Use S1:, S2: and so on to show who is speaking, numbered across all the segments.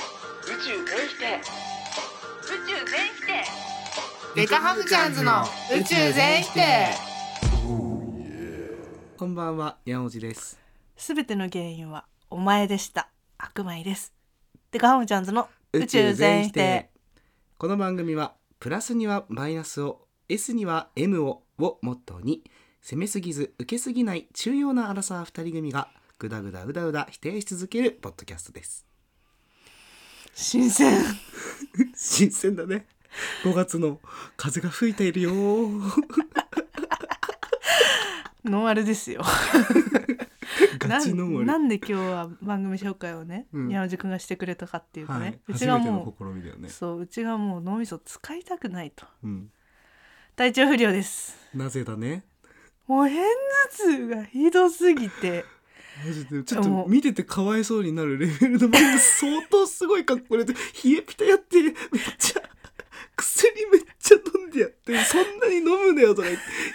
S1: 宙全否定宇宙全否定
S2: デカハムチャンズの宇宙全否定
S3: こんばんは、山内です。
S4: すべての原因はお前でした悪魔ですでガハムちゃんズの宇宙全否定。
S3: この番組は、プラスにはマイナスを、S には M を、をモットーに、攻めすぎず、受けすぎない、中庸なアラサー二人組が、ぐだぐだうだうだ否定し続けるポッドキャストです。
S4: 新鮮
S3: 新鮮だね。5月の風が吹いているよー。
S4: ノンアルですよ
S3: ガチの森。
S4: なんなんで今日は番組紹介をね、
S3: うん
S4: 山内くんがしてくれたかっていうと
S3: は
S4: ね、
S3: い、
S4: う
S3: 初
S4: ちが
S3: めての
S4: も
S3: 試みだよ
S4: う、
S3: ね。
S4: そううちがもう脳みそ使いたくないと
S3: うん。
S4: 体調不良です
S3: なぜだね。
S4: もう偏頭痛がひどすぎて
S3: マジでちょっと
S4: でも
S3: 見ててかわいそうになるレベルの漫画相当すごい格好で冷えピタやってめっちゃ薬めっちゃ飲んでやってそんなに飲むなよとか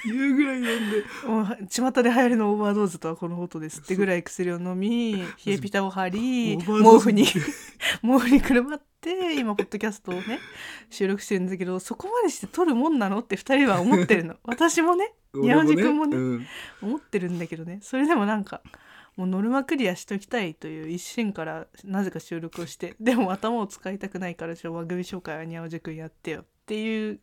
S3: 言うぐらい飲んで
S4: もう巷で流行りのオーバードーズとはこのことですってぐらい薬を 飲み冷えピタを張り
S3: オーバードーズ
S4: 毛布に 毛布にくるまって今ポッドキャストをね収録してるんだけどそこまでして撮るもんなのって2人は思って るの私もね
S3: 俺
S4: 山地君もね
S3: うん
S4: 思ってるんだけどねそれでもなんかもうノルマクリアしときたいという一心からなぜか収録をしてでも頭を使いたくないからちょっと番組紹介はにゃおじくんやってよっていう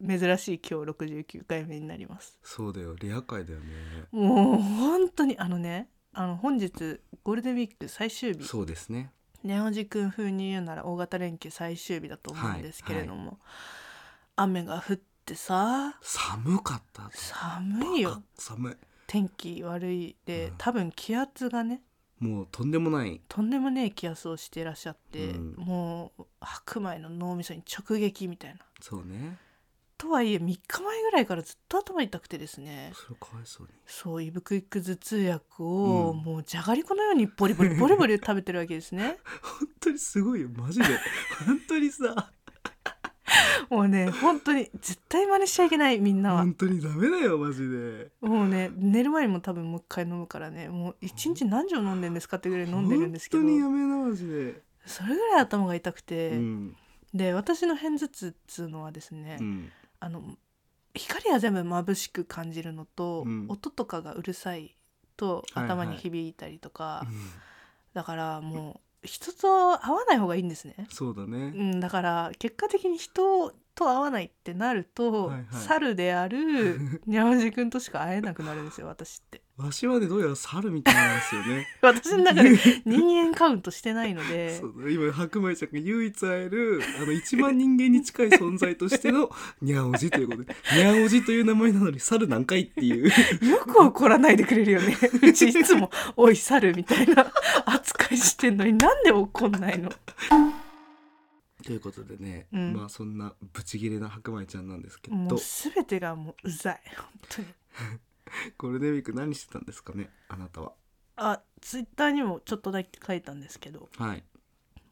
S4: 珍しい今日69回目になります。
S3: そうだよレア回だよね
S4: もう本当にあのねあの本日ゴールデンウィーク最終日
S3: そうですね
S4: ネオジ君風に言うなら大型連休最終日だと思うんですけれども、雨が降ってさ
S3: 寒かった
S4: 寒い
S3: バ
S4: よ
S3: カ寒い
S4: 天気悪いで、
S3: うん
S4: 多分気圧がね
S3: もうとんでもない
S4: とんでもねえ気圧をしていらっしゃって、
S3: うん
S4: もう白米の脳みそに直撃みたいな。
S3: そうね
S4: とはいえ3日前ぐらいからずっと頭痛くてですね
S3: それかわいそうに
S4: そうイブクイック頭痛薬を、
S3: うん
S4: もうじゃがりこのようにボリボリボリボリ食べてるわけで すね。
S3: 本当にすごいよマジで本当に さ
S4: もうね本当に絶対真似しちゃいけないみんなは
S3: 本当にダメだよマジで
S4: もうね寝る前にも多分もう一回飲むからねもう一日何錠飲んでんですかってぐらい飲んでるんですけど
S3: 本当にやめなマジで、
S4: それぐらい頭が痛くて、
S3: うん
S4: で私の片頭痛っつうのはですね、
S3: うん
S4: あの光が全部眩しく感じるのと、
S3: うん
S4: 音とかがうるさいと
S3: はいはい
S4: 頭に響いたりとか、
S3: うん
S4: だからもう人と会わない方がいいんですね。
S3: そうだ
S4: う
S3: ね。
S4: ん、だから結果的に人と会わないってなると、
S3: はいはい
S4: 猿で あるにゃまじくんとしか会えなくなるんですよ私って
S3: わしはねどうやら猿みたいなんですよね。
S4: 私の 中で 人間カウントしてないので
S3: そうだ今白米ちゃんが唯一会えるあの一番人間に近い存在としての にゃおじということでにゃおじという名前なのに猿何回って いう
S4: よく怒らないでくれるよねうちいつも「おい猿」みたいな扱いしてんのになんで怒んないの
S3: ということでね、
S4: うん
S3: まあそんなブチギレな白米ちゃんなんですけ
S4: も
S3: ど
S4: う全てがもううざい本当に
S3: ゴールデンウィーク何してたんですかねあなたは。
S4: あツイッターにもちょっとだけ書いたんですけど
S3: はい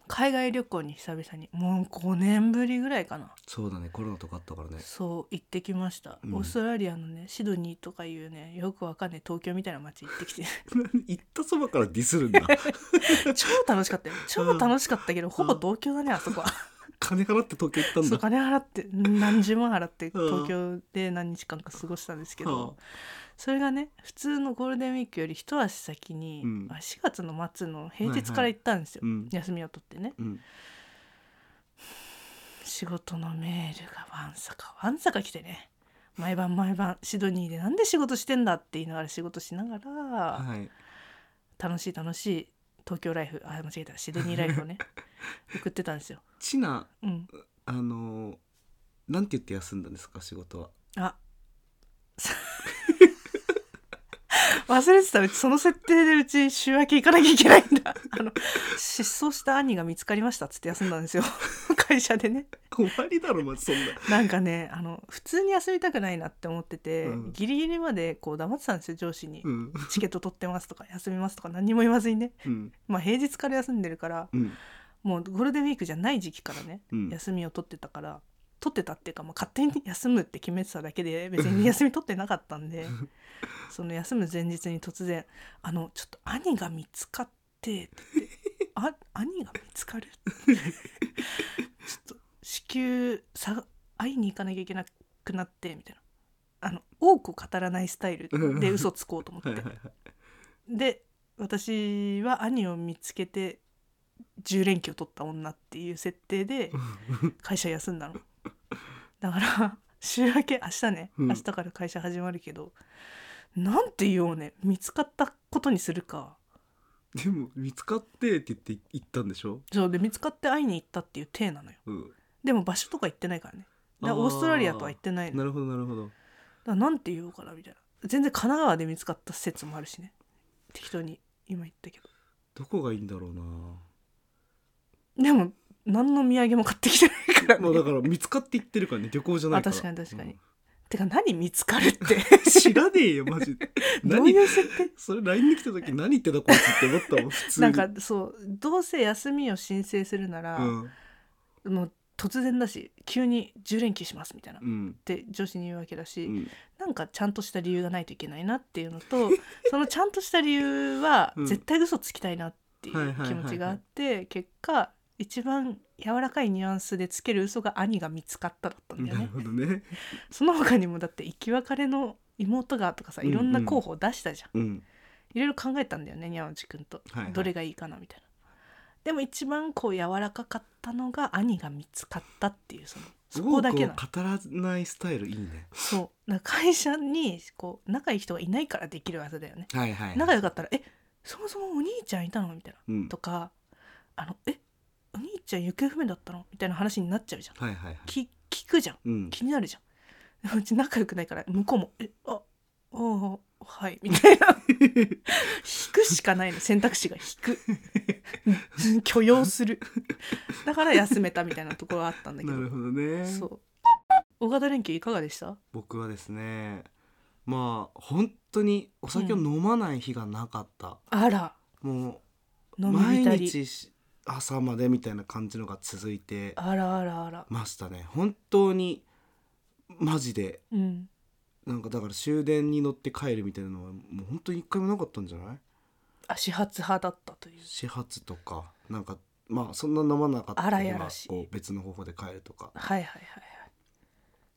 S4: 海外旅行に久々にもう5年ぶりぐらいかな
S3: そうだねコロナとかあったから ね。
S4: そう行ってきました、
S3: うん
S4: オーストラリアのねシドニーとかいうねよくわかんない東京みたいな街行ってき て
S3: 行ったそばからディスるんだ
S4: 超楽しかったよ超楽しかったけど、ほぼ東京だねあそこ は
S3: 金払って東京行ったん
S4: そう
S3: だ。
S4: 金払って何十万払っ
S3: う
S4: て
S3: ん
S4: 東京で何日間か過ごしたんですけど、
S3: は
S4: それがね普通のゴールデンウィークより一足先に、
S3: うん
S4: あ4月の末の平日から行ったんですよ、
S3: うん
S4: 休みを取ってね
S3: うん、
S4: 仕事のメールがわんさかわんさか来てね毎晩毎晩シドニーでなんで仕事してんだって言いながら仕事しながら、
S3: はい
S4: 楽しい楽しい東京ライフあ間違えたシドニーライ フをね送ってたんですよ。
S3: ちな
S4: うん、
S3: あのーなんて言って休んだんですか仕事は。
S4: あ忘れてたうちその設定でうち週明け行かなきゃいけないんだ あの失踪した兄が見つかりましたっつって休んだんですよ 会社でね
S3: 終わりだろまずそんな。
S4: なんかねあの普通に休みたくないなって思ってて、
S3: うん
S4: ギリギリまでこう黙ってたんですよ上司に、
S3: うん
S4: チケット取ってますとか休みますとか何にも言わずにね
S3: うん
S4: まあ平日から休んでるから
S3: うん
S4: もうゴールデンウィークじゃない時期からね
S3: うん。
S4: 休みを取ってたから取ってたっていうか、まあ、勝手に休むって決めてただけで別に休み取ってなかったんでその休む前日に突然「あのちょっと兄が見つかって」って言って「あ兄が見つかる?」かなきゃいけなくなってみたいなあの多くを語らないスタイルで嘘つこうと思
S3: はい
S4: っ
S3: は
S4: て
S3: いはい
S4: で私は兄を見つけて10連休取った女っていう設定で会社休んだのだから 週明け明日ね
S3: うん
S4: 明日から会社始まるけど、なんて言おうね見つかったことにするか
S3: でも見つかってって言って行ったんでしょ、
S4: そうで見つかって会いに行ったっていう体なのよ
S3: うん、
S4: でも場所とか行ってないからねだからオーストラリアとは行ってないの
S3: なるほどなるほど
S4: だからなんて言おうかなみたいな全然神奈川で見つかった説もあるしね適当に今言ったけど
S3: どこがいいんだろうな
S4: でも何の土産も買ってきてないから、ね、
S3: まあだから見つかって言ってるからね旅行じゃないから
S4: あ確かに確かに
S3: うん
S4: てか何見つかるって
S3: 知らねえよマジで
S4: どうい
S3: 何
S4: う設定
S3: それ LINE で来た時何言ってたこいつって思ったもん普通に
S4: なんかそうどうせ休みを申請するなら、
S3: うん
S4: もう突然だし急に10連休しますみたいな、っ
S3: うん
S4: て上司に言うわけだし、
S3: うん
S4: なんかちゃんとした理由がないといけないなっていうの とそのちゃんとした理由は
S3: うん
S4: 絶対嘘つきたいなっていう気持ちがあって結果一番柔らかいニュアンスでつける嘘が兄が見つかっただったんだよ
S3: なる
S4: ね。
S3: ほどね
S4: その他にもだって生き別れの妹がとかさいろんな候補を出したじゃ
S3: う
S4: ん
S3: ん
S4: いろいろ考えたんだよねにゃおじくんと、
S3: はいはい
S4: どれがいいかなみたいなでも一番こう柔らかかったのが兄が見つかったっていうそのそこだけなの
S3: 多くを語らないスタイルいいね
S4: そうなんか会社にこう仲いい人がいないからできる技だよね
S3: はいはい
S4: 仲良かったら「えそもそもお兄ちゃんいたの?」みたいな、
S3: うん
S4: とか「あのえお兄ちゃん行方不明だったの?」みたいな話になっちゃうじゃん
S3: はいはいはい
S4: き聞くじゃん
S3: うん
S4: 気になるじゃん うち仲良くないから向こうも「えあおおはい」みたいな引くしかないの選択肢が引く許容するだから休めたみたいなところがあったんだけ
S3: な
S4: ど
S3: るほどね
S4: そう大型連休いかがでした
S3: 僕はですねまあ本当にお酒を飲まない日がなかった、
S4: あら
S3: もう
S4: 飲み
S3: 毎
S4: 浸り
S3: 日し朝までみたいな感じのが続いて
S4: あらあらあら
S3: ましたね本当にマジで
S4: うん
S3: なんかだから終電に乗って帰るみたいなのはもう本当に一回もなかったんじゃない
S4: あ始発派だったという
S3: 始発とかなんかまあそんな飲まなかった
S4: あら
S3: 日
S4: や
S3: は
S4: らしい
S3: こう別の方法で帰るとか
S4: はいはいはいはい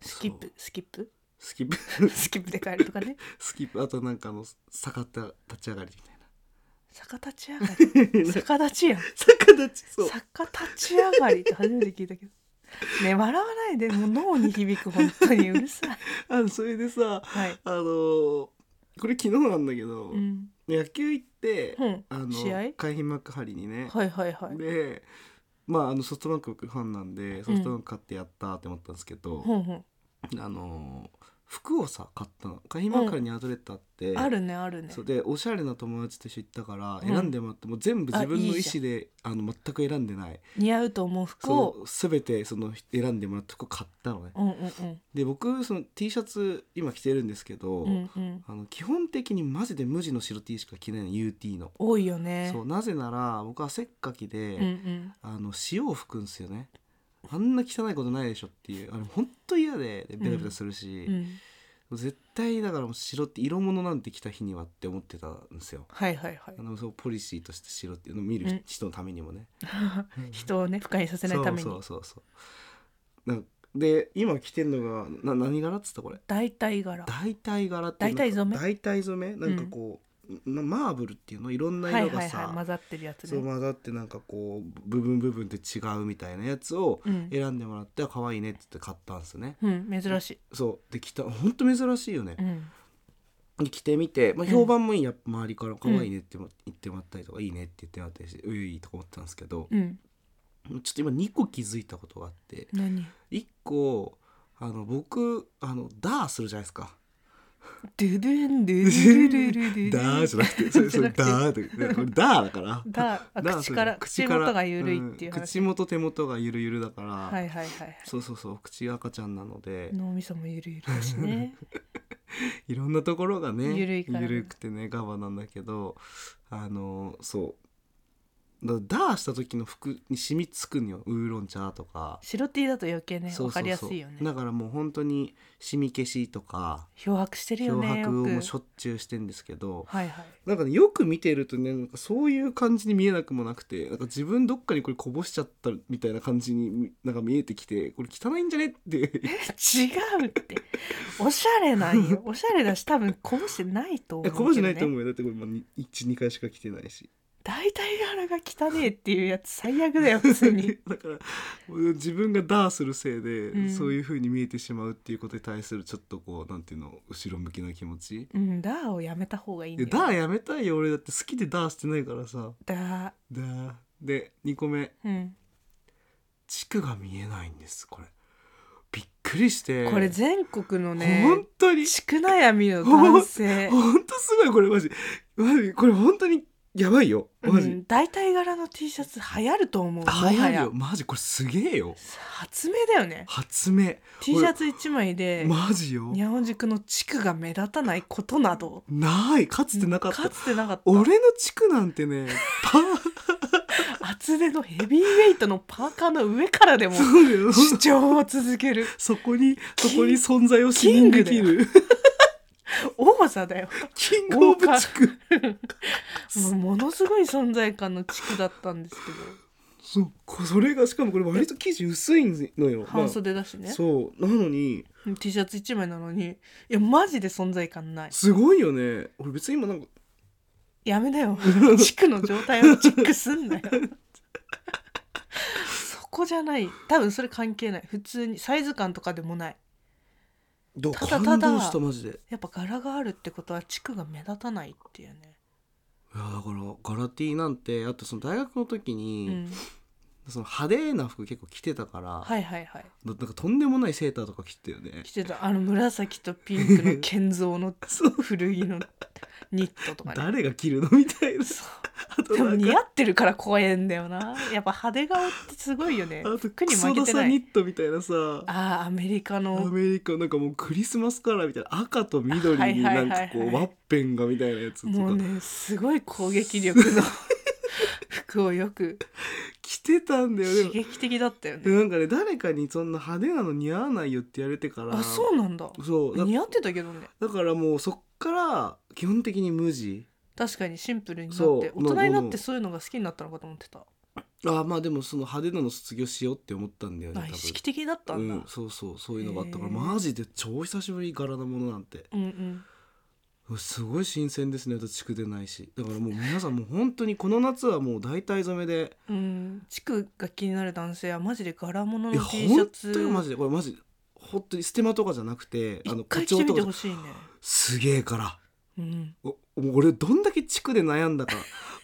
S4: スキッ
S3: そう
S4: プスキップ
S3: スキップ
S4: スキップで帰るとかね
S3: スキップあとなんかあの逆った立ち上がりみたいな
S4: 逆立ち上がり
S3: なんか
S4: 逆立ちやん
S3: 逆立ちそう
S4: 逆立ち上がりって初めて聞い たけどね笑わないでもう脳に響く本当にうるさい
S3: あのそれでさ
S4: はい、
S3: あのーこれ昨日なんだけど、
S4: うん
S3: 野球行って、
S4: うん
S3: あの
S4: 試合
S3: 海浜幕張にね、
S4: はいはいはい
S3: でまああのソフトバンク僕ファンなんでソフトバンク買ってやったって思ったんですけど、
S4: ほんほん
S3: あのー服をさ買ったの海浜幕張にアウトレットあって、
S4: あるねあるね
S3: そうでおしゃれな友達と一緒に行ったから
S4: うん
S3: 選んでもらって、もう全部自分の意
S4: あいいじ
S3: 思であの全く選んでない
S4: 似合うと思う服を
S3: そう全てその選んでもらった服買ったのね
S4: うんうんうん
S3: で僕その T シャツ今着てるんですけど、
S4: うんうん
S3: あの基本的にマジで無地の白 T しか着ないの UT の、
S4: 多いよね
S3: そうなぜなら僕はせっかきで、
S4: うんうん
S3: あの塩を吹くんですよねあんな汚いことないでしょっていうあれ本当嫌ででベタベタするし
S4: う、ん
S3: 絶対だからもう白って色物なんて着た日にはって思ってたんですよ
S4: はいはいは
S3: あのそうポリシーとして白っていうのを見
S4: う
S3: る
S4: ん
S3: 人のためにもね、
S4: い人をね不快にさせない
S3: そう
S4: ため
S3: そう
S4: に
S3: そうそうなんで今着てんのがな何柄っつったこれ
S4: 大体柄
S3: 大体柄って
S4: 大体染め
S3: なんか大体染めなんかこう、なマーブルっていうのいろんな
S4: はい
S3: 色
S4: は
S3: が
S4: い
S3: さ、
S4: はい混ざってるやつ
S3: そう
S4: ね
S3: 混ざってなんかこう部分部分で違うみたいなやつを
S4: うん
S3: 選んでもらってあ可愛いねって言って買ったんですね、
S4: うん珍しい
S3: そうで着た本当珍しいよね
S4: う、ん
S3: で着てみて、まあ、評判もいいや、周りから可愛いねっても言ってもらったりとか、いいねって言ってもらったりしてういとか思ってたんですけど、
S4: うん
S3: ちょっと今2個気づいたことがあって
S4: 何
S3: 1個あの僕あのダーするじゃないですか
S4: ドゥドゥンドゥドゥドゥドゥドゥドゥ
S3: ダーじゃなくて、それそれ
S4: じ
S3: ダ
S4: ゃ
S3: ーって、これダーだから。
S4: だあ
S3: ダー
S4: 口から
S3: そ
S4: 口
S3: れ
S4: 元が緩いっていう
S3: うん
S4: 話、
S3: 口元手元がゆるゆるだから。
S4: はいはいはいはい
S3: そうそうそう、お口が赤ちゃんなので、
S4: 脳みそもゆるゆるだし ね
S3: いろんなところがね、
S4: ゆるいからね
S3: ゆるくてね、ガバなんだけど、あの、そう。だダーした時の服に染みつくのよウーロン茶とか、
S4: 白 T だと余計ね
S3: そうそうそう
S4: わかりやすいよね
S3: だからもう本当に染み消しとか
S4: 漂白してるよ
S3: 漂
S4: ね
S3: 白をも
S4: よ
S3: う
S4: く
S3: しょっちゅうしてんですけど
S4: はいはい
S3: なんかねよく見てるとねなんかそういう感じに見えなくもなくてなんか自分どっかにこれこぼしちゃったみたいな感じになんか見えてきてこれ汚いんじゃねって
S4: 違うっておしゃれな んよおしゃれだし多分こぼしてないと思う
S3: いや
S4: けど、ね、
S3: こぼしてないと思うよだってこれ12回しか着てないし
S4: 大体柄が汚ねえっていうやつ最悪だよ普 通に
S3: だから自分がダーするせいで、
S4: うん
S3: そういう風に見えてしまうっていうことに対するちょっとこうなんていうの後ろ向きな気持ち
S4: うんダーをやめた方がいいん
S3: いや
S4: だよ
S3: ダーやめたいよ俺だって好きでダーしてないからさ
S4: ダー
S3: ダーで2個目
S4: うん、
S3: 地区が見えないんですこれびっくりして
S4: これ全国のね
S3: 本当に
S4: 地区悩みの男 性
S3: 本当すごいこれマジマジこれ本当にやばいよマジ、
S4: うん大体柄の T シャツ流行ると思うもは
S3: 流行る
S4: や
S3: よマジこれすげえよ
S4: 発明だよね
S3: 発明
S4: T シャツ1枚で
S3: マジよ
S4: にゃおじくの地区が目立たないことなど
S3: ないかつてなかった
S4: かつてなかった
S3: 俺の地区なんてね パ
S4: 厚手のヘビーウェイトのパーカーの上か らでも
S3: ー
S4: 主
S3: そ
S4: 張を続ける
S3: そこにそこに存在を
S4: キン
S3: 信任できる
S4: 王座だよ
S3: キングオブ
S4: 豪華
S3: 地 区
S4: もうものすごい存在感の地区だったんですけど
S3: そうこそれがしかもこれ割と生地薄いのよ
S4: 半袖だし
S3: ま
S4: ね
S3: あ、そうなのに
S4: T シャツ1枚なのにいやマジで存在感ない
S3: すごいよね俺別に今なんか
S4: やめ なよ地区の状態をチェックすんなよそこじゃない多分それ関係ない普通にサイズ感とかでもない
S3: どう
S4: ただただ
S3: 感動したマジでい
S4: やっぱ柄があるってことは地区が目立たないっていうね、
S3: やだからガラティなんてあとその大学の時
S4: う
S3: に、
S4: ん、
S3: その派手な服結構着てたから、
S4: はいはいはい
S3: だなんかとんでもないセーターとか着てたよね
S4: 着てたあの紫とピンクの建造の
S3: そう
S4: 古着のニットとかね
S3: 誰が着るのみたいな
S4: そう
S3: あと
S4: でも
S3: なん
S4: 似
S3: か
S4: 合ってるから怖えんだよなやっぱ派手顔ってすごいよね
S3: あと
S4: 服に
S3: クソ
S4: 負け
S3: ダ
S4: て
S3: サ
S4: な
S3: ニ
S4: い
S3: ットみたいなさ
S4: ああアメリカ
S3: ア
S4: の
S3: メリカなんかもうクリスマスカラーみたいな赤と緑に
S4: はいは
S3: ないん
S4: は
S3: か
S4: い
S3: こ
S4: はいう
S3: ワッペンがみたいなやつと
S4: もう
S3: か
S4: ねすごい攻撃力 の服をよく
S3: 着てたんだよで
S4: 刺
S3: も
S4: 激的だったよ
S3: で
S4: ね
S3: もなんかね誰かにそんな派手なの似合わないよって言われてから
S4: あそうなんだ
S3: そうだ
S4: 似合ってたけどね
S3: だからもうそっから基本的に無地
S4: 確かにシンプルにな
S3: そ
S4: っ
S3: う
S4: て大
S3: もう
S4: 人になっ
S3: もう
S4: てそういうのが好きになったのかと思ってた
S3: あまあでもその派手なの卒業しようって思ったんだよね
S4: あ
S3: 多
S4: 意
S3: 分
S4: 識的だったんだ、
S3: うん、そうそうそういうのがあったから
S4: へー
S3: マジで超久しぶり柄のものなんて
S4: うんうん
S3: すごい新鮮ですねあと地区でないしだからもう皆さんもう本当にこの夏はもう大体染めで
S4: うん、地区が気になる男性はマジで柄物
S3: いや
S4: の T シ
S3: 本
S4: ャ
S3: 当にマジ
S4: ツ
S3: でこれマジ本当にステマとかじゃなくて
S4: 一
S3: 課
S4: 回着て
S3: 長
S4: み
S3: と
S4: て
S3: か
S4: ほしいね、
S3: すげえから
S4: うん、
S3: おもう俺どんだけ地区で悩んだか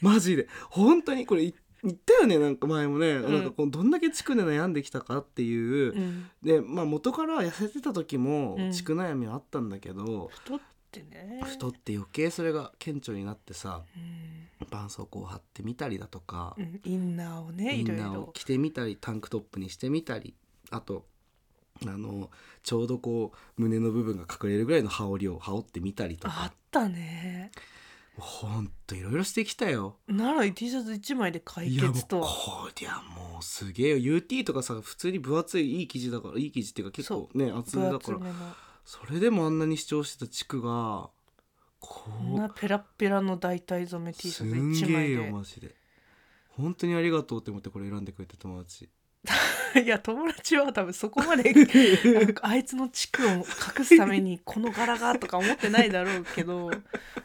S3: マジで本当にこれい言ったよねなんか前もね、
S4: うん
S3: なんかこうどんだけ地区で悩んできたかっていう、
S4: うん、
S3: でまあ元から痩せてた時も
S4: うん
S3: 地区悩みはあったんだけど、
S4: 太ってね
S3: 太って余計それが顕著になってさ
S4: うん
S3: 絆創膏を貼ってみたりだとか
S4: う、ん、インナーをね
S3: イ
S4: い
S3: ン
S4: ろい
S3: ナーを
S4: ろ
S3: 着てみたりタンクトップにしてみたりあとあのちょうどこう胸の部分が隠れるぐらいの羽織を羽織ってみたりと
S4: あ
S3: か
S4: ったね
S3: ほんといろいろしてきたよ。
S4: なら T シャツ1枚で解
S3: いやもう
S4: 決とは
S3: こりゃもうすげえよ UT とかさ普通に分厚いいい生地だからいい生地っていうか結構ね厚め
S4: 分
S3: だ
S4: 厚
S3: か
S4: め
S3: ら
S4: の
S3: それでもあんなに主張してた地区がこ
S4: こんなペラッペラの大体染め
S3: う
S4: T シ
S3: す
S4: ャツ
S3: ん
S4: 1
S3: げ
S4: 枚
S3: えよ
S4: で
S3: マジで本当にありがとうって思ってこれ選んでくれた友 達
S4: いや友達は多分そこまでなんかあいつの地区を隠すためにこの柄がとか思ってないだろうけど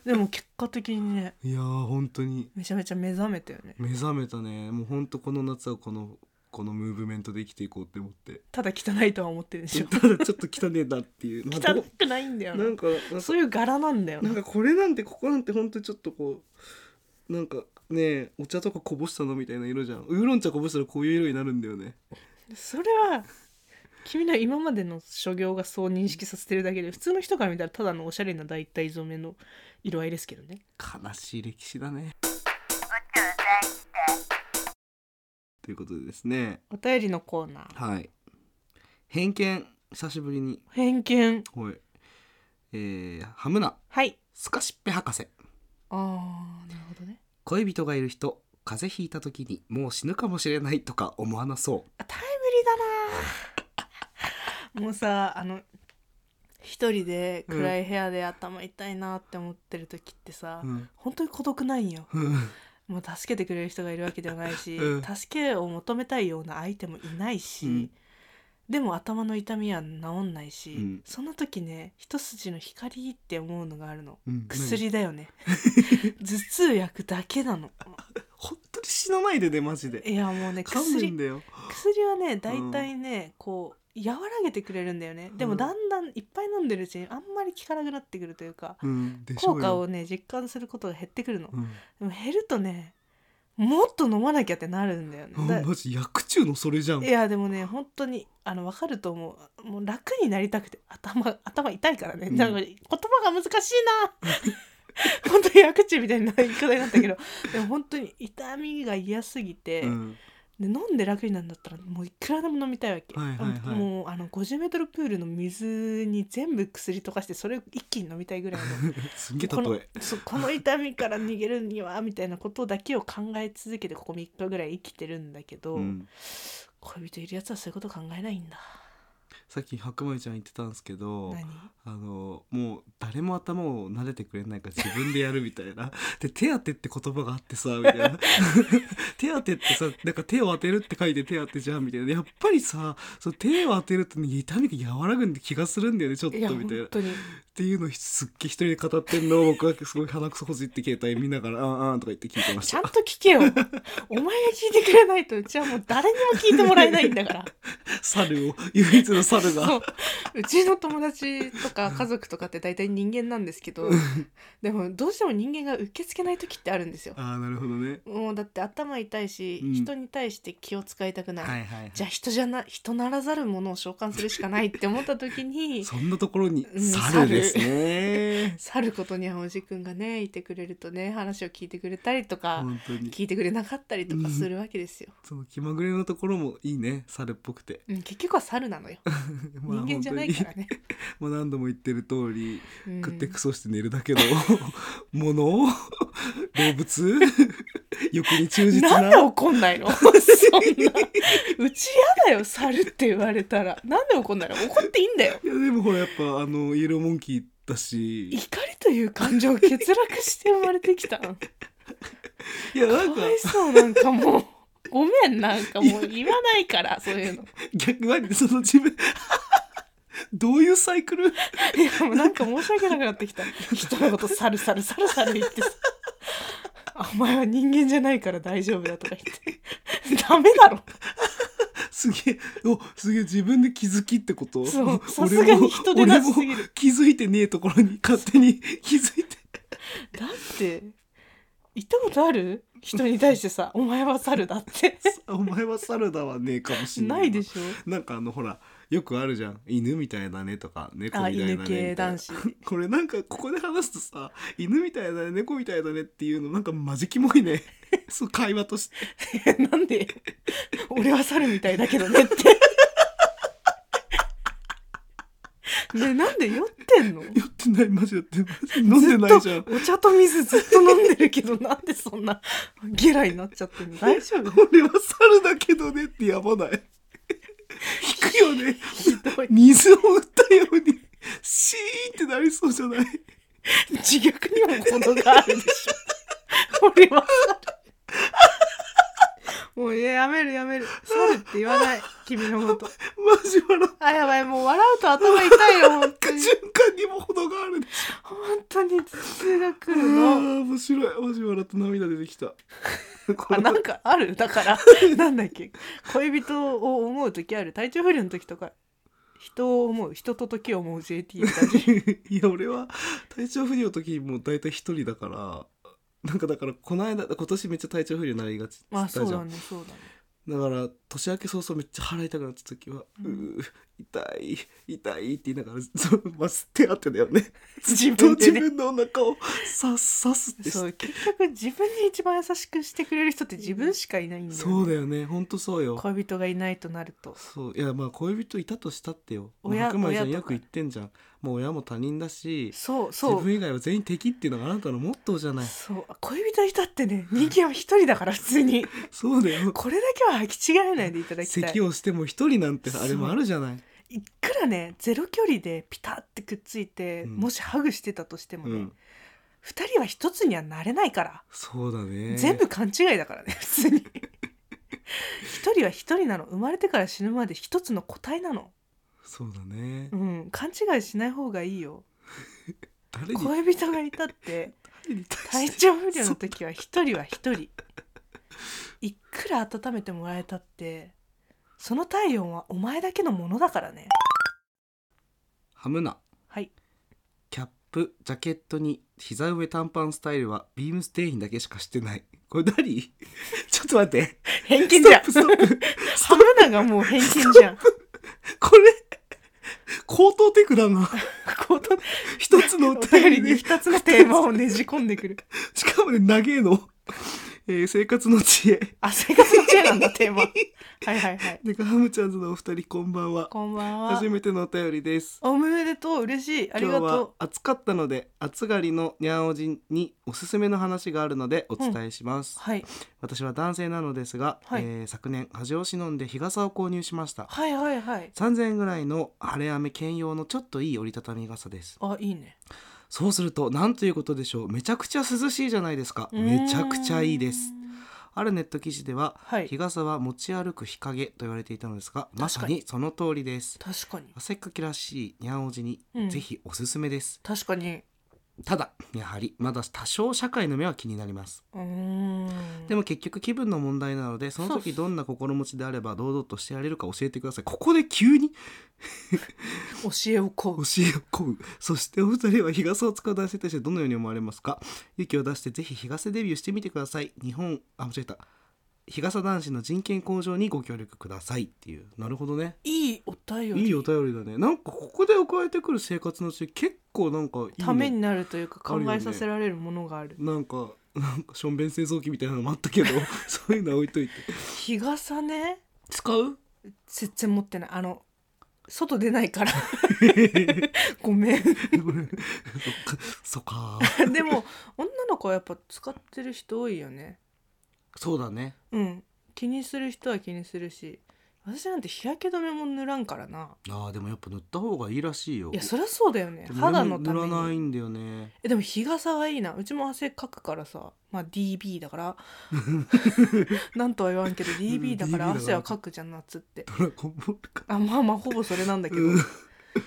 S4: でも結果的にね
S3: いやー本当に
S4: めちゃめちゃ目覚めたよね
S3: 目覚めたねもう本当この夏はこのこのムーブメントで生きていこうって思って
S4: ただ汚いとは思ってるでしょ
S3: ただちょっと汚ねえなっていうまあ
S4: 汚
S3: ど
S4: くないんだよ
S3: うな
S4: なん
S3: かなんか
S4: そういう柄なんだよ
S3: なん
S4: な
S3: かこれなんてここなんて本当にちょっとこうなんかねお茶とかこぼしたのみたいな色じゃんウーロン茶こぼしたらこういう色になるんだよね
S4: それは君の今までの所業がそう認識させてるだけで普通の人から見たらただのおしゃれな大体染めの色合いですけどね
S3: 悲しい歴史だねということでですね
S4: お便りのコーナー
S3: はい偏見久しぶりに
S4: 偏見
S3: はいえー、ハムナ
S4: はい
S3: スカシッペ博士
S4: あーなるほどね
S3: 恋人がいる人風邪ひいた時にもう死ぬかもしれないとか思わなそう
S4: タイムリーだな もうさあの一人で暗い部屋で頭痛いなって思ってる時ってさ、
S3: うん
S4: 本当に孤独なんよ
S3: うん
S4: もう助けてくれる人がいるわけではないし、
S3: うん
S4: 助けを求めたいような相手もいないし、
S3: うん
S4: でも頭の痛みは治んないし、
S3: うん
S4: そんな時ね一筋の光って思うのがあるの
S3: うん
S4: 薬だよね頭痛薬だけなの
S3: 本当に死なないでねマジで
S4: いやもうね
S3: 勘弁
S4: 薬
S3: だよ
S4: 薬はね大体ね、こう和らげてくれるんだよねで
S3: う
S4: も
S3: ん
S4: だんだんいっぱい飲んでるうちにあんまり効かなくなってくるというか
S3: うんでしょ
S4: 効
S3: うよ
S4: 果をね実感することが減ってくるの
S3: うん
S4: でも減るとねもっと飲まなきゃってなるんだよね
S3: うん
S4: だ
S3: マジ薬中のそれじゃん
S4: いやでもね本当にあの分かると思うもう楽になりたくて頭頭痛いからね、
S3: うん
S4: なんか言葉が難しいな 本当に薬中みたいな言い方になったけど でも本当に痛みが嫌すぎて、
S3: うん
S4: で飲んで楽になるんだったらもういくらでも飲みたいわけ、
S3: はいはいはい
S4: もうあの 50m プールの水に全部薬溶かしてそれを一気に飲みたいぐらいの
S3: すんげえ
S4: こ
S3: 例
S4: の
S3: え
S4: そうこの痛みから逃げるにはみたいなことだけを考え続けてここ3日ぐらい生きてるんだけど、
S3: うん
S4: 恋人いるやつはそういうこと考えないんだ
S3: さっき白米ちゃん言ってたんですけど
S4: 何
S3: あのもう誰も頭を撫でてくれないから自分でやるみたいな で手当てって言葉があってさみたいな 手当てってさなんか手を当てるって書いて手当てじゃんみたいなやっぱりさその手を当てると、ね、痛みが和らぐんで気がするんだよねちょっと
S4: い
S3: みたい
S4: や
S3: なっ
S4: 本当に
S3: ていうのをすっげえ一人で語ってんのを僕はすごい鼻くそほじって携帯見ながら「あんあん」とか言って聞いてまし
S4: ちゃ
S3: た
S4: んと聞け よお前が聞いてくれないとうちはもう誰にも聞いてもらえないんだ から
S3: 猿を唯一の猿
S4: そ
S3: が
S4: ううちの友達とか家族とかって大体人間なんです けどでもどうしても人間が受け付けない時ってあるんですよ
S3: ああなるほどね
S4: もうだって頭痛いし、
S3: うん
S4: 人に対して気を使いたくない、
S3: はいはい、はい
S4: じゃあ人じゃな人ならざるものを召喚するしかないって思った時に
S3: そんなところに
S4: うん
S3: 猿ですね
S4: 去ることにはおじくんがねいてくれるとね話を聞いてくれたりとか、
S3: 本当に
S4: 聞いてくれなかったりとかするわけですよ、
S3: その気まぐれのところもいいね猿っぽくて
S4: うん、結局は猿なのよ
S3: まあ
S4: 人間じゃないから
S3: 本
S4: ね、
S3: 当にまあ何度も言ってる通り、
S4: うん
S3: 食ってクソして寝るだけの もの動物欲に忠実
S4: な
S3: なん
S4: で怒ん ないのそ んなうち嫌だよ猿って言われたらなんで怒んないの怒っていいんだよ
S3: いやでもほらやっぱあのイエローモンキーだし
S4: 怒りという感情を欠落して生まれてき たの
S3: いや
S4: か
S3: なんか
S4: わいそうなんかもうごめんなんかもう言わないからそういうの
S3: 逆にその自分 どういうサイクル
S4: いやもうなんか申し訳なくなってきた人のこと猿猿猿猿言 ってさお前は人間じゃないから大丈夫だとか言ってダメだろ
S3: すげえおすげえ自分で気づきってこと
S4: そう
S3: 俺
S4: さすがに人でなしすぎ
S3: 俺も
S4: る
S3: 気づいてねえところに勝手に気づいて
S4: だって言ったことある人に対してさ「お前は猿だ」って
S3: お前は猿だわねえかもしんない
S4: ないで
S3: ょ
S4: しょ
S3: なんかあのほらよくあるじゃん犬みたいだねとか猫み
S4: あ
S3: たいだね
S4: 犬
S3: み たい
S4: 系
S3: な
S4: 男子
S3: これなんかここで話すとさ犬みたいだね猫みたいだねっていうのなんかマジキモい ねそう会話として
S4: なんで 俺は猿みたいだけ どねってねなんで酔ってんの
S3: 酔ってないマジだって飲んでないじゃん
S4: お茶と水ずっと飲んでるけどなんでそんなゲラになっちゃってんの大丈夫
S3: 俺は猿だけどねってやばない引くよね
S4: ひどい
S3: 水を打ったようにシーンってなりそうじゃない
S4: 自虐にも程があるでしょ俺は猿もうやめるやめる猿って言わない君のこと
S3: マジ笑っ
S4: あやばいもう笑うと頭痛いよ本
S3: た
S4: 当に
S3: 瞬間にも程があるでしょ
S4: 本当に頭痛が来
S3: あ
S4: るの
S3: ー面白いマジ笑って涙出て きたこ
S4: あ
S3: れ
S4: なんかあるだからなんだっけ恋人を思う時ある体調不良の時とか人を思う人と時を思う JT みたいない
S3: や俺は体調不良の時もう大体一人だからなんかだからこの間今年めっちゃ体調不良になりがちって
S4: ま
S3: 言
S4: あ
S3: った
S4: そう
S3: じゃ
S4: だ
S3: ん
S4: ねそうだね
S3: だから年明け早々めっちゃ払いたくなった時は、う
S4: うん
S3: ー痛い痛いって言いながらそうまあ、手当てだよね
S4: 自
S3: と
S4: 分
S3: 自
S4: でね
S3: 分のお腹をさ刺すって
S4: そう結局自分に一番優しくしてくれる人って自分しかいないんだよね、
S3: そうだよねほんとそうよ
S4: 恋人がいないとなると
S3: そういやまあ恋人いたとしたってよまあ
S4: 親
S3: 白米ちゃんよ
S4: 親と
S3: く
S4: か
S3: 言ってんじゃんもう親も他人だし
S4: そう
S3: 自
S4: そう
S3: 分以外は全員敵っていうのがあなたのモットーじゃない
S4: そう恋人いたってね人間は一人だから普通に
S3: そうだ よ
S4: これだけは履き違えないでいただきたい
S3: 咳をしても一人なんてあれもあるじゃない
S4: いくらねゼロ距離でピタってくっついて、
S3: うん
S4: もしハグしてたとしても
S3: う
S4: ね
S3: ん
S4: 二、人は一つにはなれないから、
S3: そうだね
S4: 全部勘違いだからね普通に一人は一人なの生まれてから死ぬまで一つの個体なの
S3: そうだね
S4: うん勘違いしない方がいいよ
S3: 誰に
S4: 恋人がいたって
S3: 誰に対
S4: 体
S3: して
S4: 調不良の時は一人は一人いくら温めてもらえたってその体温はお前だけのものだからね
S3: ハムナ
S4: はい
S3: キャップジャケットに膝上短パンスタイルはビームステインだけしかしてないこれ何 ちょっと待って
S4: 偏見
S3: ス
S4: じ
S3: ト
S4: ゃ
S3: ッ
S4: ん
S3: プストップ
S4: ハムナがもう偏見じゃん
S3: これ口頭テクだな
S4: この
S3: 一つのお
S4: お便り
S3: 便り
S4: に
S3: に
S4: 2つのテーマをねじ込んでくる
S3: しかもね長えの、えー生活の知恵
S4: あ生活の知恵なんだテーマはいはいはい
S3: でかハムちゃんズのお二人こんばんは
S4: こんばんは
S3: 初めてのお便りです
S4: おめでとう嬉しいあり
S3: 今
S4: が
S3: 日は
S4: と
S3: 暑かったので暑がりのにゃんおじにおすすめの話があるのでお伝えします、
S4: うはい
S3: 私は男性なのですが、
S4: はい
S3: えー昨年恥を忍んで日傘を購入しました
S4: はいはいはい
S3: 3000円ぐらいの晴れ雨兼用のちょっといい折りたたみ傘です
S4: あいいね
S3: そうするとなんということでしょうめちゃくちゃ涼しいじゃないですかめちゃくちゃいいですあるネット記事では、
S4: はい
S3: 日傘は持ち歩く日陰と言われていたのですがまさ
S4: 確か
S3: にその通りです
S4: 確かに
S3: 汗っかきらしいにゃんおじに、
S4: うん
S3: ぜひおすすめです
S4: 確かに
S3: ただやはりまだ多少社会の目は気になります
S4: うーん
S3: でも結局気分の問題なのでその
S4: そうっ
S3: 時
S4: す
S3: どんな心持ちであれば堂々としてやれるか教えてくださいここで急に
S4: 教えをこ
S3: 教
S4: う
S3: えを請うそしてお二人は日傘を使う男性としてどのように思われますか勇気を出してぜひ日傘デビューしてみてください日本あ間違えた日傘男子の人権向上にご協力くださいっていうなるほどね
S4: いいお便り
S3: いいお便りだねなんかここで加えてくる生活の知恵結構なんかいい、ね、
S4: ためになるというか
S3: あ
S4: 考
S3: るよね
S4: えさせられるものがある
S3: なんかなんかしょんべん製造機みたいなのもあったけ どそういうのは置いといて
S4: 日傘ね
S3: 使う
S4: 全然持ってないあの外出ないから ごめん
S3: そっか
S4: でも女の子はやっぱ使ってる人多いよね
S3: そうだね
S4: うん気にする人は気にするし私なんて日焼け止めも塗らんからな
S3: あーでもやっぱ塗った方がいいらしいよ
S4: いやそりゃそうだよね
S3: でも
S4: 肌のため
S3: 塗らない
S4: に
S3: んだよね
S4: えでも日傘はいいなうちも汗かくからさまあ DB だから なんとは言わんけど DB だか
S3: DB だか
S4: ら
S3: ら
S4: 汗はかくじゃん夏って
S3: ドラゴンボールか
S4: あまあまあほぼそれなんだけど
S3: うん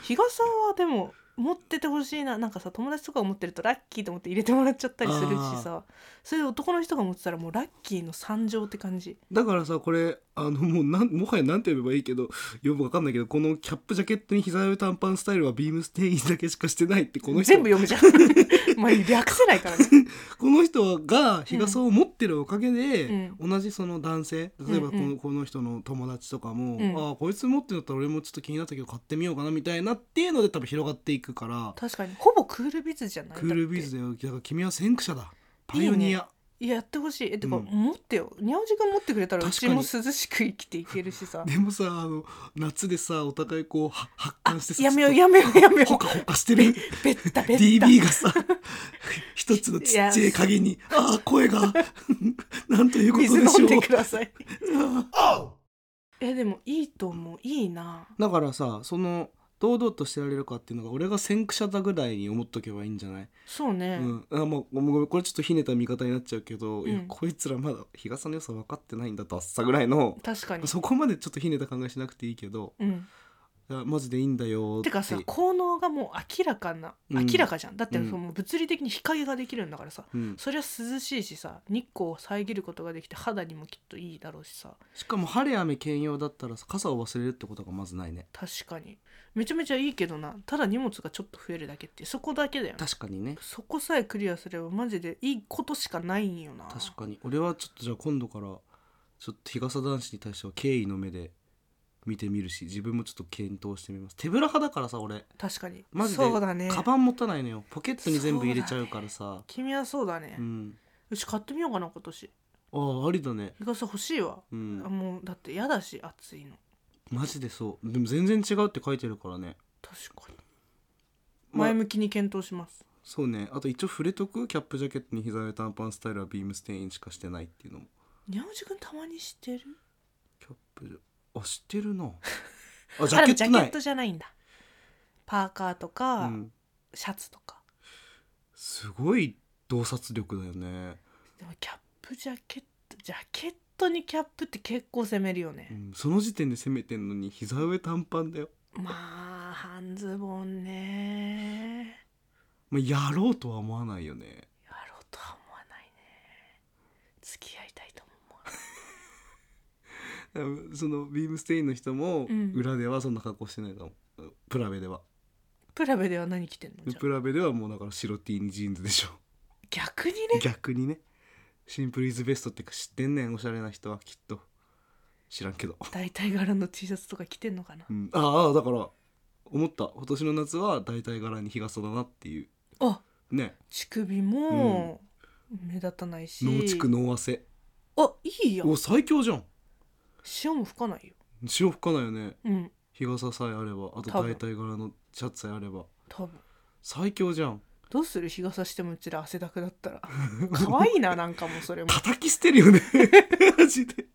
S4: 日傘はでも持っててほしいななんかさ友達とかが持ってるとラッキーと思って入れてもらっちゃったりするしさそれで男の人が持ってたらもうラッキーの惨状って感じ
S3: だからさこれあのもうなんもはや何て呼べばいいけど呼ぶか分かんないけどこのキャップジャケットに膝上短パンスタイルはビームステインだけしかしてないってこの人
S4: 全部読むじ ゃんまあ略せないからね
S3: この人が日傘を持ってるおかげ
S4: う
S3: で
S4: ん、
S3: 同じその男性例えば
S4: うん
S3: こ
S4: うん
S3: のこの人の友達とかも、
S4: うん
S3: ああこいつ持ってんだったら俺もちょっと気になったけど買ってみようかなみたいなっていうので多分広がっていくから
S4: 確かにほぼクールビズじゃない
S3: クールビーズ
S4: だっ
S3: だよだから君は先駆者だパイオニア
S4: いいねていややってほしいえてか、
S3: うん
S4: 持ってよにゃおじくん持ってくれたらう
S3: 確か
S4: ち
S3: に
S4: も涼しく生きていける しさ
S3: でもさあの夏でさお互いこうは発汗してさ
S4: やめよう
S3: ちょっ
S4: やめようやめ
S3: とほ
S4: よ
S3: かほかしてる
S4: うベッタベッタ
S3: DB がさ一つのちっちゃい影にああ声が なんということでし
S4: 水飲ん
S3: ょ
S4: で
S3: う
S4: くださいえでもいいと思ういいな
S3: だからさその堂々としてられるかっていうのが俺が先駆者だぐらいに思っとけばいいんじゃない、
S4: そう
S3: う
S4: ね、
S3: んあもうもうこれちょっとひねった見方になっちゃうけど、いや
S4: うん
S3: こいつらまだ日傘の良さ分かってないんだとあっさぐらいの
S4: 確かに
S3: そこまでちょっとひねった考えしなくていいけど
S4: うん
S3: いやマジでいいんだよって
S4: てかさ効能がもう明らかな
S3: うん
S4: 明らかじゃん、だって
S3: うん
S4: その物理的に日陰ができるんだからさ、
S3: うん、
S4: そりゃ涼しいしさ日光を遮ることができて肌にもきっといいだろうしさ
S3: しかも晴れ雨兼用だったらさ傘を忘れるってことがまずないね
S4: 確かにめちゃめちゃいいけどなただ荷物がちょっと増えるだけってそこだけだよね
S3: 確かにね
S4: そこさえクリアすればマジでいいことしかないんよな
S3: 確かに俺はちょっとじゃあ今度からちょっと日傘男子に対しては敬意の目で見てみるし自分もちょっと検討してみます手ぶら派だからさ俺
S4: 確かに
S3: マジで
S4: そうだね
S3: カバン持たないのよポケットに全部入れちゃうからさ
S4: 君はそうだね、
S3: う,、
S4: うんち買ってみようかな今年
S3: ああありだね
S4: 日傘欲しいわ、
S3: うん
S4: もうだって嫌だし暑いの
S3: マジでそうでも全然違うって書いてるからね
S4: 確かに
S3: まあ
S4: 前向きに検討します、
S3: そうねあと一応触れとくキャップジャケットに膝上短パンスタイルはビームステインしかしてないっていうのも
S4: にゃおじくんたまにしてる
S3: キャップジャあ知ってる なあジ
S4: あ
S3: ャケ
S4: でも
S3: ットない
S4: じゃないんだパーカーとか、
S3: うん、
S4: シャツとか
S3: すごい洞察力だよね、
S4: でもキャップジャケットジャケットにキャップって結構攻めるよね
S3: う、ん、その時点で攻めてんのに膝上短パンだよ、
S4: まあ半ズボンね
S3: まあ、やろうとは思わないよね
S4: やろうとは思わないね付き合いたいとも思わない
S3: 多分そのビームステインの人も
S4: うん
S3: 裏ではそんな格好してないかも、プラベでは
S4: プラベでは何着てんのじゃあ
S3: プラベではもうだから白 T にジーンズでしょ
S4: 逆にね
S3: 逆にねシンプルイズベストってか知ってんねんおしゃれな人はきっと知らんけど、
S4: 大体柄の T シャツとか着てんのかな
S3: うん、ああだから思った今年の夏は大体柄に日傘だなっていう
S4: あ
S3: ね
S4: 乳首も目立たないし、
S3: ノーチクノー汗
S4: あいいや
S3: お最強じゃん
S4: 塩も吹かないよ
S3: 潮吹かないよね
S4: うん
S3: 日傘さえあればあと
S4: 多分
S3: 大体柄のシャツさえあれば
S4: 多分
S3: 最強じゃん
S4: どうする日傘してもうちら汗だくだった ら可愛いななんかもうそれも
S3: 叩き捨てるよ ねマジで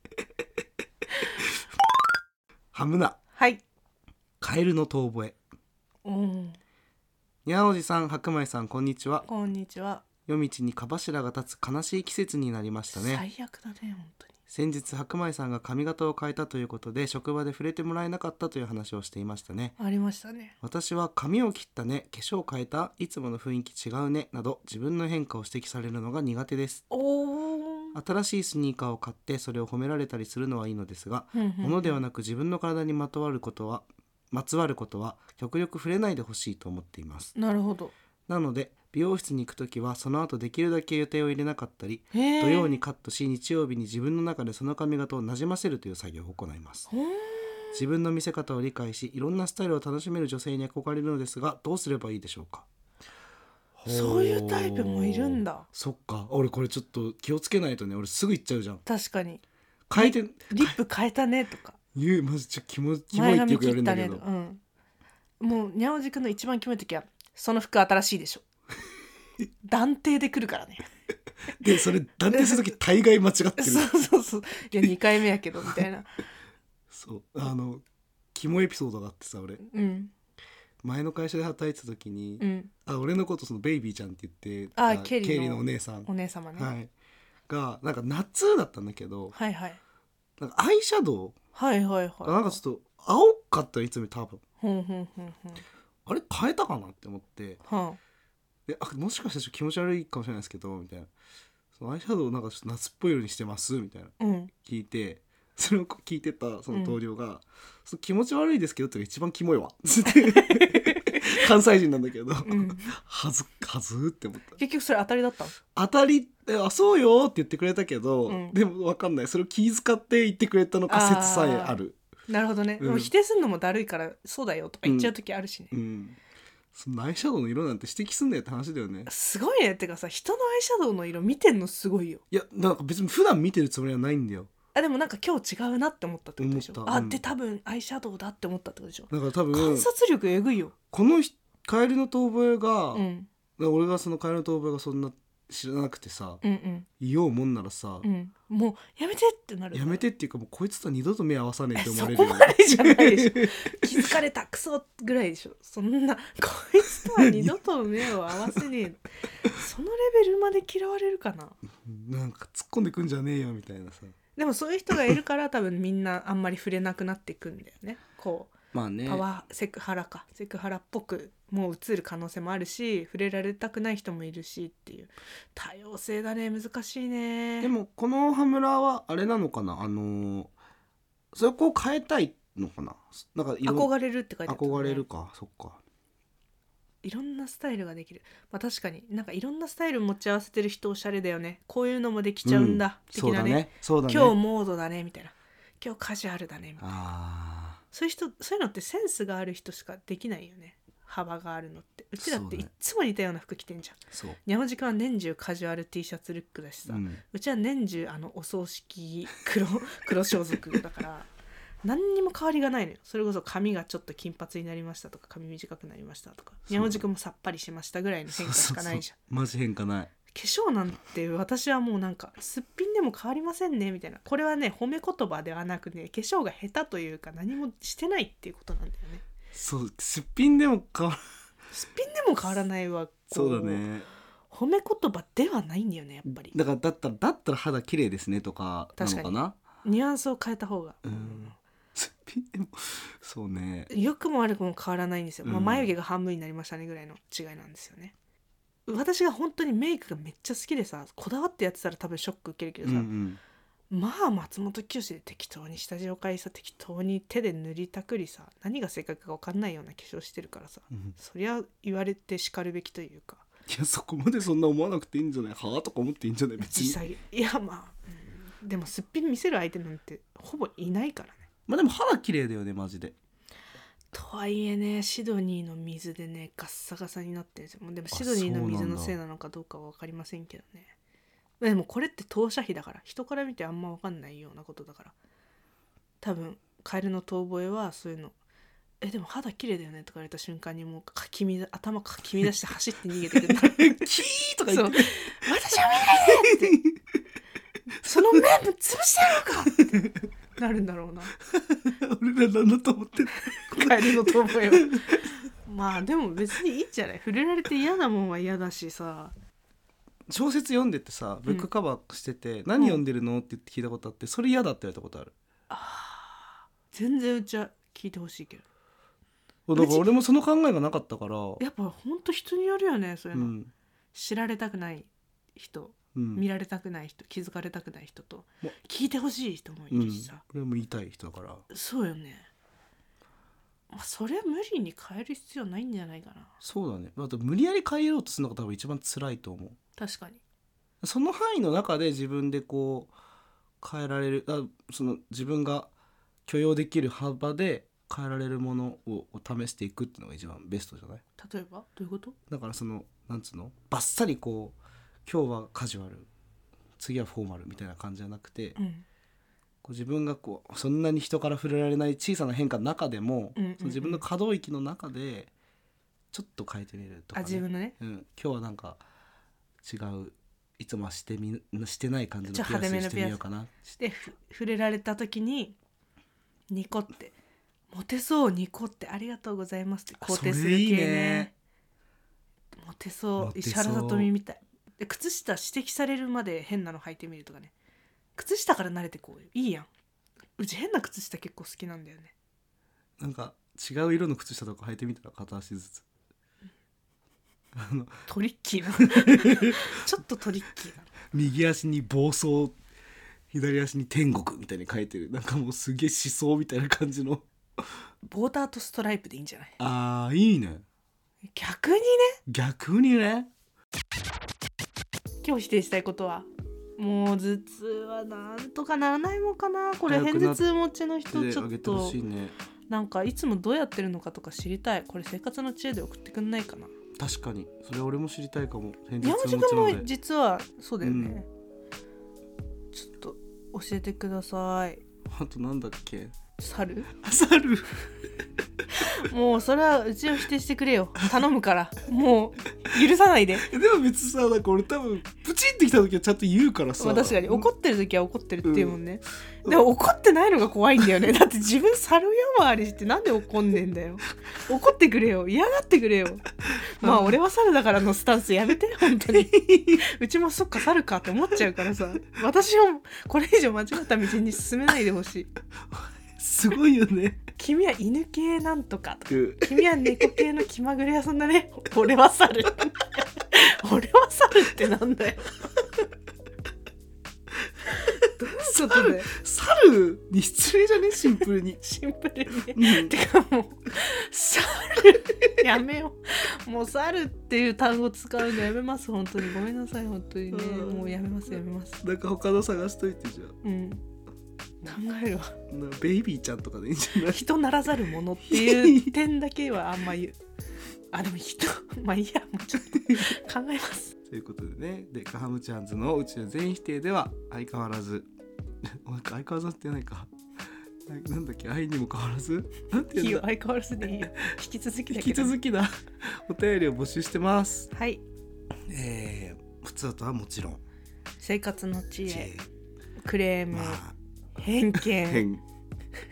S3: ハムナ
S4: はい
S3: カエルの遠吠え
S4: うん
S3: にゃおじさん白米さんこんにちは
S4: こんにちは、
S3: 夜道に蚊柱が立つ悲しい季節になりましたね
S4: 最悪だね本当に
S3: 先日白米さんが髪型を変えたということで職場で触れてもらえなかったという話をしていましたね
S4: ありましたね
S3: 私は髪を切ったね化粧変えたいつもの雰囲気違うねなど自分の変化を指摘されるのが苦手です
S4: おお
S3: 新しいスニーカーを買ってそれを褒められたりするのはいいのですが物ではなく自分の体にまとわることはまつわることは極力触れないでほしいと思っています
S4: なるほど
S3: なので美容室に行くときはその後できるだけ予定を入れなかったり
S4: 土
S3: 土曜にカットし日曜日に自分の中でその髪型をなじませるという作業を行います自分の見せ方を理解しいろんなスタイルを楽しめる女性に憧れるのですがどうすればいいでしょうか
S4: そういうタイプもいるんだ
S3: そっか俺これちょっと気をつけないとね俺すぐ行っちゃうじゃん
S4: 確かに
S3: 回転
S4: リップ変えたねとか
S3: 言うマジちょキモ キモい
S4: 前
S3: ってよ
S4: 髪
S3: く言われ
S4: 切
S3: る
S4: っ
S3: ん
S4: た
S3: だけ
S4: ね
S3: ど
S4: とか、うん、もうにゃおじくんの一番キモい時はその服新しい でしょ断定で来るからね
S3: でそれ断定するとき大概間違ってる
S4: そうそうそういや2回目やけどみ たいな
S3: そうあのキモエピソードがあってさ俺
S4: うん
S3: 前の会社で働いてた時に、
S4: うん
S3: あ俺のことそのベイビーちゃんって言って
S4: あ
S3: た
S4: ケリーの
S3: のお姉さん、
S4: お姉様ね、
S3: はい、がなんか夏だったんだけど
S4: はい、はい
S3: なんかアイシャドウ
S4: はいはいはい
S3: がなんかちょっと青かったのいつもより多分
S4: ほんほんほんほん
S3: あれ変えたかなって思って
S4: はん
S3: であもしかしたらちょっと気持ち悪いかもしれないですけどみたいなそのアイシャドウをなんかちょっと夏っぽい色にしてますみたいな
S4: うん
S3: 聞いて それを聞いてたその同僚が「そう気持ち悪いですけど」って一番キモい わつって関西人なんだけど、
S4: うん
S3: はずはずーって思った
S4: 結局それ当たりだったの
S3: 当たりえあそうよって言ってくれたけど、
S4: うん
S3: でも分かんないそれを気遣って言ってくれたのか
S4: あー
S3: 説さえある
S4: なるほどね、
S3: うん
S4: でも否定するのもだるいからそうだよとか言っちゃう時あるしね、
S3: うんそのアイシャドウの色なんて指摘すんだよって話だよね
S4: すごいねってかさ人のアイシャドウの色見てんのすごいよ
S3: いやなんか別に普段見てるつもりはないんだよ
S4: あでもなんか今日違うなって思ったってことでしょ
S3: 思った
S4: あ
S3: うん
S4: で多分アイシャドウだって思ったってことでしょ
S3: だから多
S4: 観
S3: 分
S4: 察力えぐいよ、
S3: このひカエルの遠吠えが、
S4: うん、うん
S3: 俺がそのカエルの遠吠えがそんな知らなくてさ
S4: うん
S3: いようもんならさ、
S4: うんもうやめてってなる
S3: やめてっていうかもうこいつとは二度と目合わさねえって思われる
S4: そこまでじゃないでしょ
S3: ょ
S4: 気づかれたクソぐらいでしょそんなこいつとは二度と目を合わせねえそのレベルまで嫌われるかな
S3: なんか突っ込んでくんじゃねえよみたいなさ
S4: でもそういう人がいるから多分みんなあんまり触れなくなっていくんだよねこ
S3: まあね
S4: うパワーセクハラかセクハラっぽくもう映る可能性もあるし触れられたくない人もいるしっていう多様性だね難しいね
S3: でもこのハムラーはあれなのかなあのーそこを変えたいのかななんかいろ
S4: 憧れるって書いてあったね
S3: 憧れるかそっか
S4: いろんなスタイルができるまあ確かになんかいろんなスタイル持ち合わせてる人おしゃれだよねこういうのもできちゃうんだ、
S3: そう
S4: 的な
S3: だ
S4: ね
S3: ねそうだね
S4: 今日モードだねみたいな今日カジュアルだねみたいな
S3: あ
S4: そういう人そういうのってセンスがある人しかできないよね幅があるのってうちだっ
S3: そう
S4: てい
S3: ね
S4: っつも似たような服着てんじゃん
S3: そう、
S4: 山地君は年中カジュアル T シャツルックだしさ、
S3: う、
S4: うんちは年中あのお葬式黒黒装束だから 何にも変わりがないのよそれこそ髪がちょっと金髪になりましたとか髪短くなりましたとか
S3: そう
S4: 山地君もさっぱりしましたぐらいの変化しかないじゃん
S3: マジ変化ない
S4: 化粧なんて私はもうなんかすっぴんでも変わりませんねみたいなこれはね褒め言葉ではなくね化粧が下手というか何もしてないっていうことなんだよね
S3: そうすっぴんでも変わら
S4: すっぴんでも変わらないはこう
S3: そうだね
S4: 褒め言葉ではないんだよねやっぱり
S3: だからだったらだったら肌綺麗ですねとかなのかな
S4: ニュアンスを変えた方が
S3: うんすっぴんでもそうね
S4: 良くも悪くも変わらないんですよ、まあ、
S3: うん
S4: 眉毛が半分になりましたねぐらいの違いなんですよね私が本当にメイクがめっちゃ好きでさこだわってやってたら多分ショック受け
S3: う
S4: るけ
S3: んう
S4: どさ、
S3: ん
S4: まあ松本清で適当に下地を変えさ適当に手で塗りたくりさ何が正解か分かんないような化粧してるからさ
S3: うん
S4: そりゃ言われてしかるべきというか
S3: いやそこまでそんな思わなくていいんじゃないはあとか思っていいんじゃない別に
S4: 実際いやまあ、うんでもすっぴん見せる相手なんてほぼいないからね
S3: まあでも肌綺麗だよねマジで
S4: とはいえねシドニーの水でねガッサガサになってるんですよもうでも
S3: あ
S4: シドニーの
S3: そう
S4: 水
S3: なんだ
S4: のせいなのかどうかは分かりませんけどねでもこれって投射費だから人から見てあんま分かんないようなことだから多分カエルの遠吠えはそういうの「えでも肌綺麗だよね」とか言われた瞬間にもうかき乱頭かき乱して走って逃げてくる
S3: キーとか
S4: そ
S3: 言
S4: う
S3: って
S4: 「私は見な いで!」って「その目ぶっ潰してやろうか!」ってなるんだろうな
S3: 俺らなんだと思ってる
S4: カエルの遠吠えを まあでも別にいいんじゃない触れられて嫌なもんは嫌だしさ
S3: 小説読んでてさブックカバーしてて、何読んでるのって言って聞いたことあってそれ嫌だって言われたことある
S4: 全然うちは聞いてほしいけど
S3: だから俺もその考えがなかったから
S4: やっぱほんと人によるよねそういう
S3: う
S4: の、
S3: ん
S4: 知られたくない人
S3: うん
S4: 見られたくない人気づかれたくない人と
S3: も
S4: 聞いてほしい人も
S3: う
S4: い
S3: ん
S4: るしさ、
S3: 俺も言いたい人だから
S4: そうよね、まあ、それは無理に変える必要ないんじゃないかな
S3: そうだねあと無理やり変えようとするのが多分一番辛いと思う
S4: 確かに
S3: その範囲の中で自分でこう変えられるあその自分が許容できる幅で変えられるものをを試していくっていうのが一番ベストじゃない
S4: 例えばどういうこと
S3: だからそのなんつうのバッサリこう今日はカジュアル次はフォーマルみたいな感じじゃなくて、
S4: うん
S3: こう自分がこうそんなに人から触れられない小さな変化の中でも、
S4: うんうんうん
S3: その自分の可動域の中でちょっと変えてみると
S4: あ
S3: か、ね
S4: 自分のね
S3: うん、今日はなんか違ういつもはしてみしてない感じの
S4: ち
S3: ピ
S4: ょ
S3: ア
S4: っと派手
S3: ス
S4: め
S3: し
S4: の
S3: てみようかな
S4: でふ触れられた時にニコって「モテそうニコってありがとうございます」って肯定する
S3: それいい
S4: 系ね
S3: ね
S4: モテそ
S3: モ
S4: う
S3: テそう
S4: 石原さとみみたいで靴下指摘されるまで変なの履いてみるとかね靴下から慣れてこうよいいやんうち変な靴下結構好きなんだよね
S3: なんか違う色の靴下とか履いてみたら片足ずつあの
S4: トリッキーな ちょっとトリッキーな
S3: 右足に暴走左足に天国みたいに書いてるなんかもうすげえ思想みたいな感じの
S4: ボーダーとストライプでいいんじゃない
S3: あーいいね
S4: 逆にね
S3: 逆にね
S4: 今日否定したいことはもう頭痛はなんとかならないもんかなこれ
S3: 早く
S4: 偏
S3: な
S4: 頭痛持ちの人
S3: 手
S4: ち
S3: で
S4: ょ
S3: あ
S4: っ
S3: げてほ
S4: と
S3: しいね
S4: なんかいつもどうやってるのかとか知りたいこれ生活の知恵で送ってくんないかな
S3: 確かにそれ俺も知りたいかも返
S4: 山
S3: を
S4: 口
S3: 持ち
S4: 君
S3: なの
S4: も
S3: で
S4: 実はそうだよね、ちょっと教えてください
S3: あとなんだっけ
S4: 猿
S3: 猿
S4: もうそれはうちを否定してくれよ頼むからもう許さないで
S3: でも別にさなんか俺多分プチンってきた時はちゃんと言うからさ
S4: まあ確かに怒ってる時は怒ってるっていうもんね、
S3: うん
S4: でも怒ってないのが怖いん だよねだって自分猿山ありしてなんで怒んねんだよ怒ってくれよ嫌がってくれよまあ俺は猿だからのスタンスやめて本 当にうちもそっか猿かって思っちゃうからさ私もこれ以上間違った道に進めないでほしい
S3: すごいよね
S4: 君は犬系なんとかとか君は猫系の気まぐれ屋さんだね 俺は猿俺は猿ってなんだよどういうことだよ
S3: 猿に失礼じゃねシンプルに
S4: シンプルにね
S3: うん
S4: てかもう猿やめようもう猿っていう単語使うのやめます本当にごめんなさい本当にね
S3: うん
S4: もうやめますやめます
S3: なんか他の探しといてじゃあ
S4: うんえるわ
S3: なベイビーちゃんとかでいいんじゃない
S4: 人ならざるものっていう点だけはあんま言うあでも人まあいいやもうちょっと考えます
S3: ということでねでカハムチャンズの宇宙全否定では相変わらず なんか相変わらずってないかななんだっけ愛にも変わらずなんて
S4: いい
S3: いう
S4: よ
S3: の
S4: 相変わらずでいいよ引き続き
S3: 引
S4: だ
S3: き
S4: けど
S3: 続きだ お便りを募集してます
S4: はい
S3: えー、普通とはもちろん、
S4: 生活の知
S3: 知
S4: 恵
S3: 恵
S4: クレーム
S3: まあ
S4: 偏見
S3: 変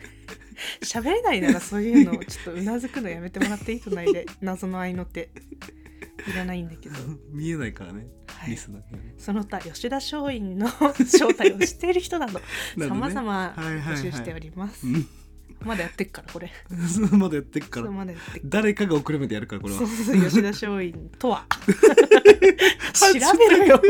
S4: 喋れないならそういうのをちょっとうなずくのやめてもらっ ていい隣で謎の愛の手いらないんだけど、
S3: 見えないからね
S4: は
S3: リ
S4: い、
S3: スナー
S4: その他吉田松陰の正体を知っている人など
S3: な
S4: さ
S3: ど
S4: ま
S3: ね
S4: ざま
S3: はいはいはい
S4: 募集しております、
S3: うん
S4: まだやってっからこれ
S3: がまだやってっか
S4: それ
S3: ら
S4: まだやってっから
S3: 誰かが遅れまでやるからこれは
S4: そうそう吉田松陰 とは 調べろよ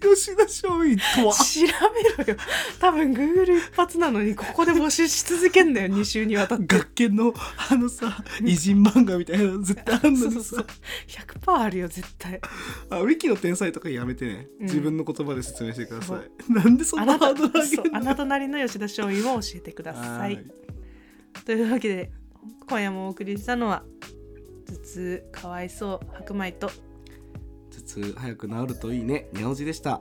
S3: 吉田松陰とは
S4: 調べろよ多分 Google 一発なのにここで募集し続け んだよ2週にわたって
S3: 学研のあのさ偉人漫画みたいなの絶対あんの
S4: そう
S3: に
S4: そう
S3: さ
S4: そう100%あるよ絶対
S3: あウィキの天才とかやめてね、
S4: うん
S3: 自分の言葉で説明してくださいなんでそ
S4: あ
S3: んな
S4: な
S3: ハ
S4: た
S3: ードル上げ
S4: そう
S3: る
S4: あなたなりの吉田松陰を教えてくださいというわけで今夜もお送りしたのは頭痛かわいそう白米と
S3: 頭痛早く治るといいねにゃおじでした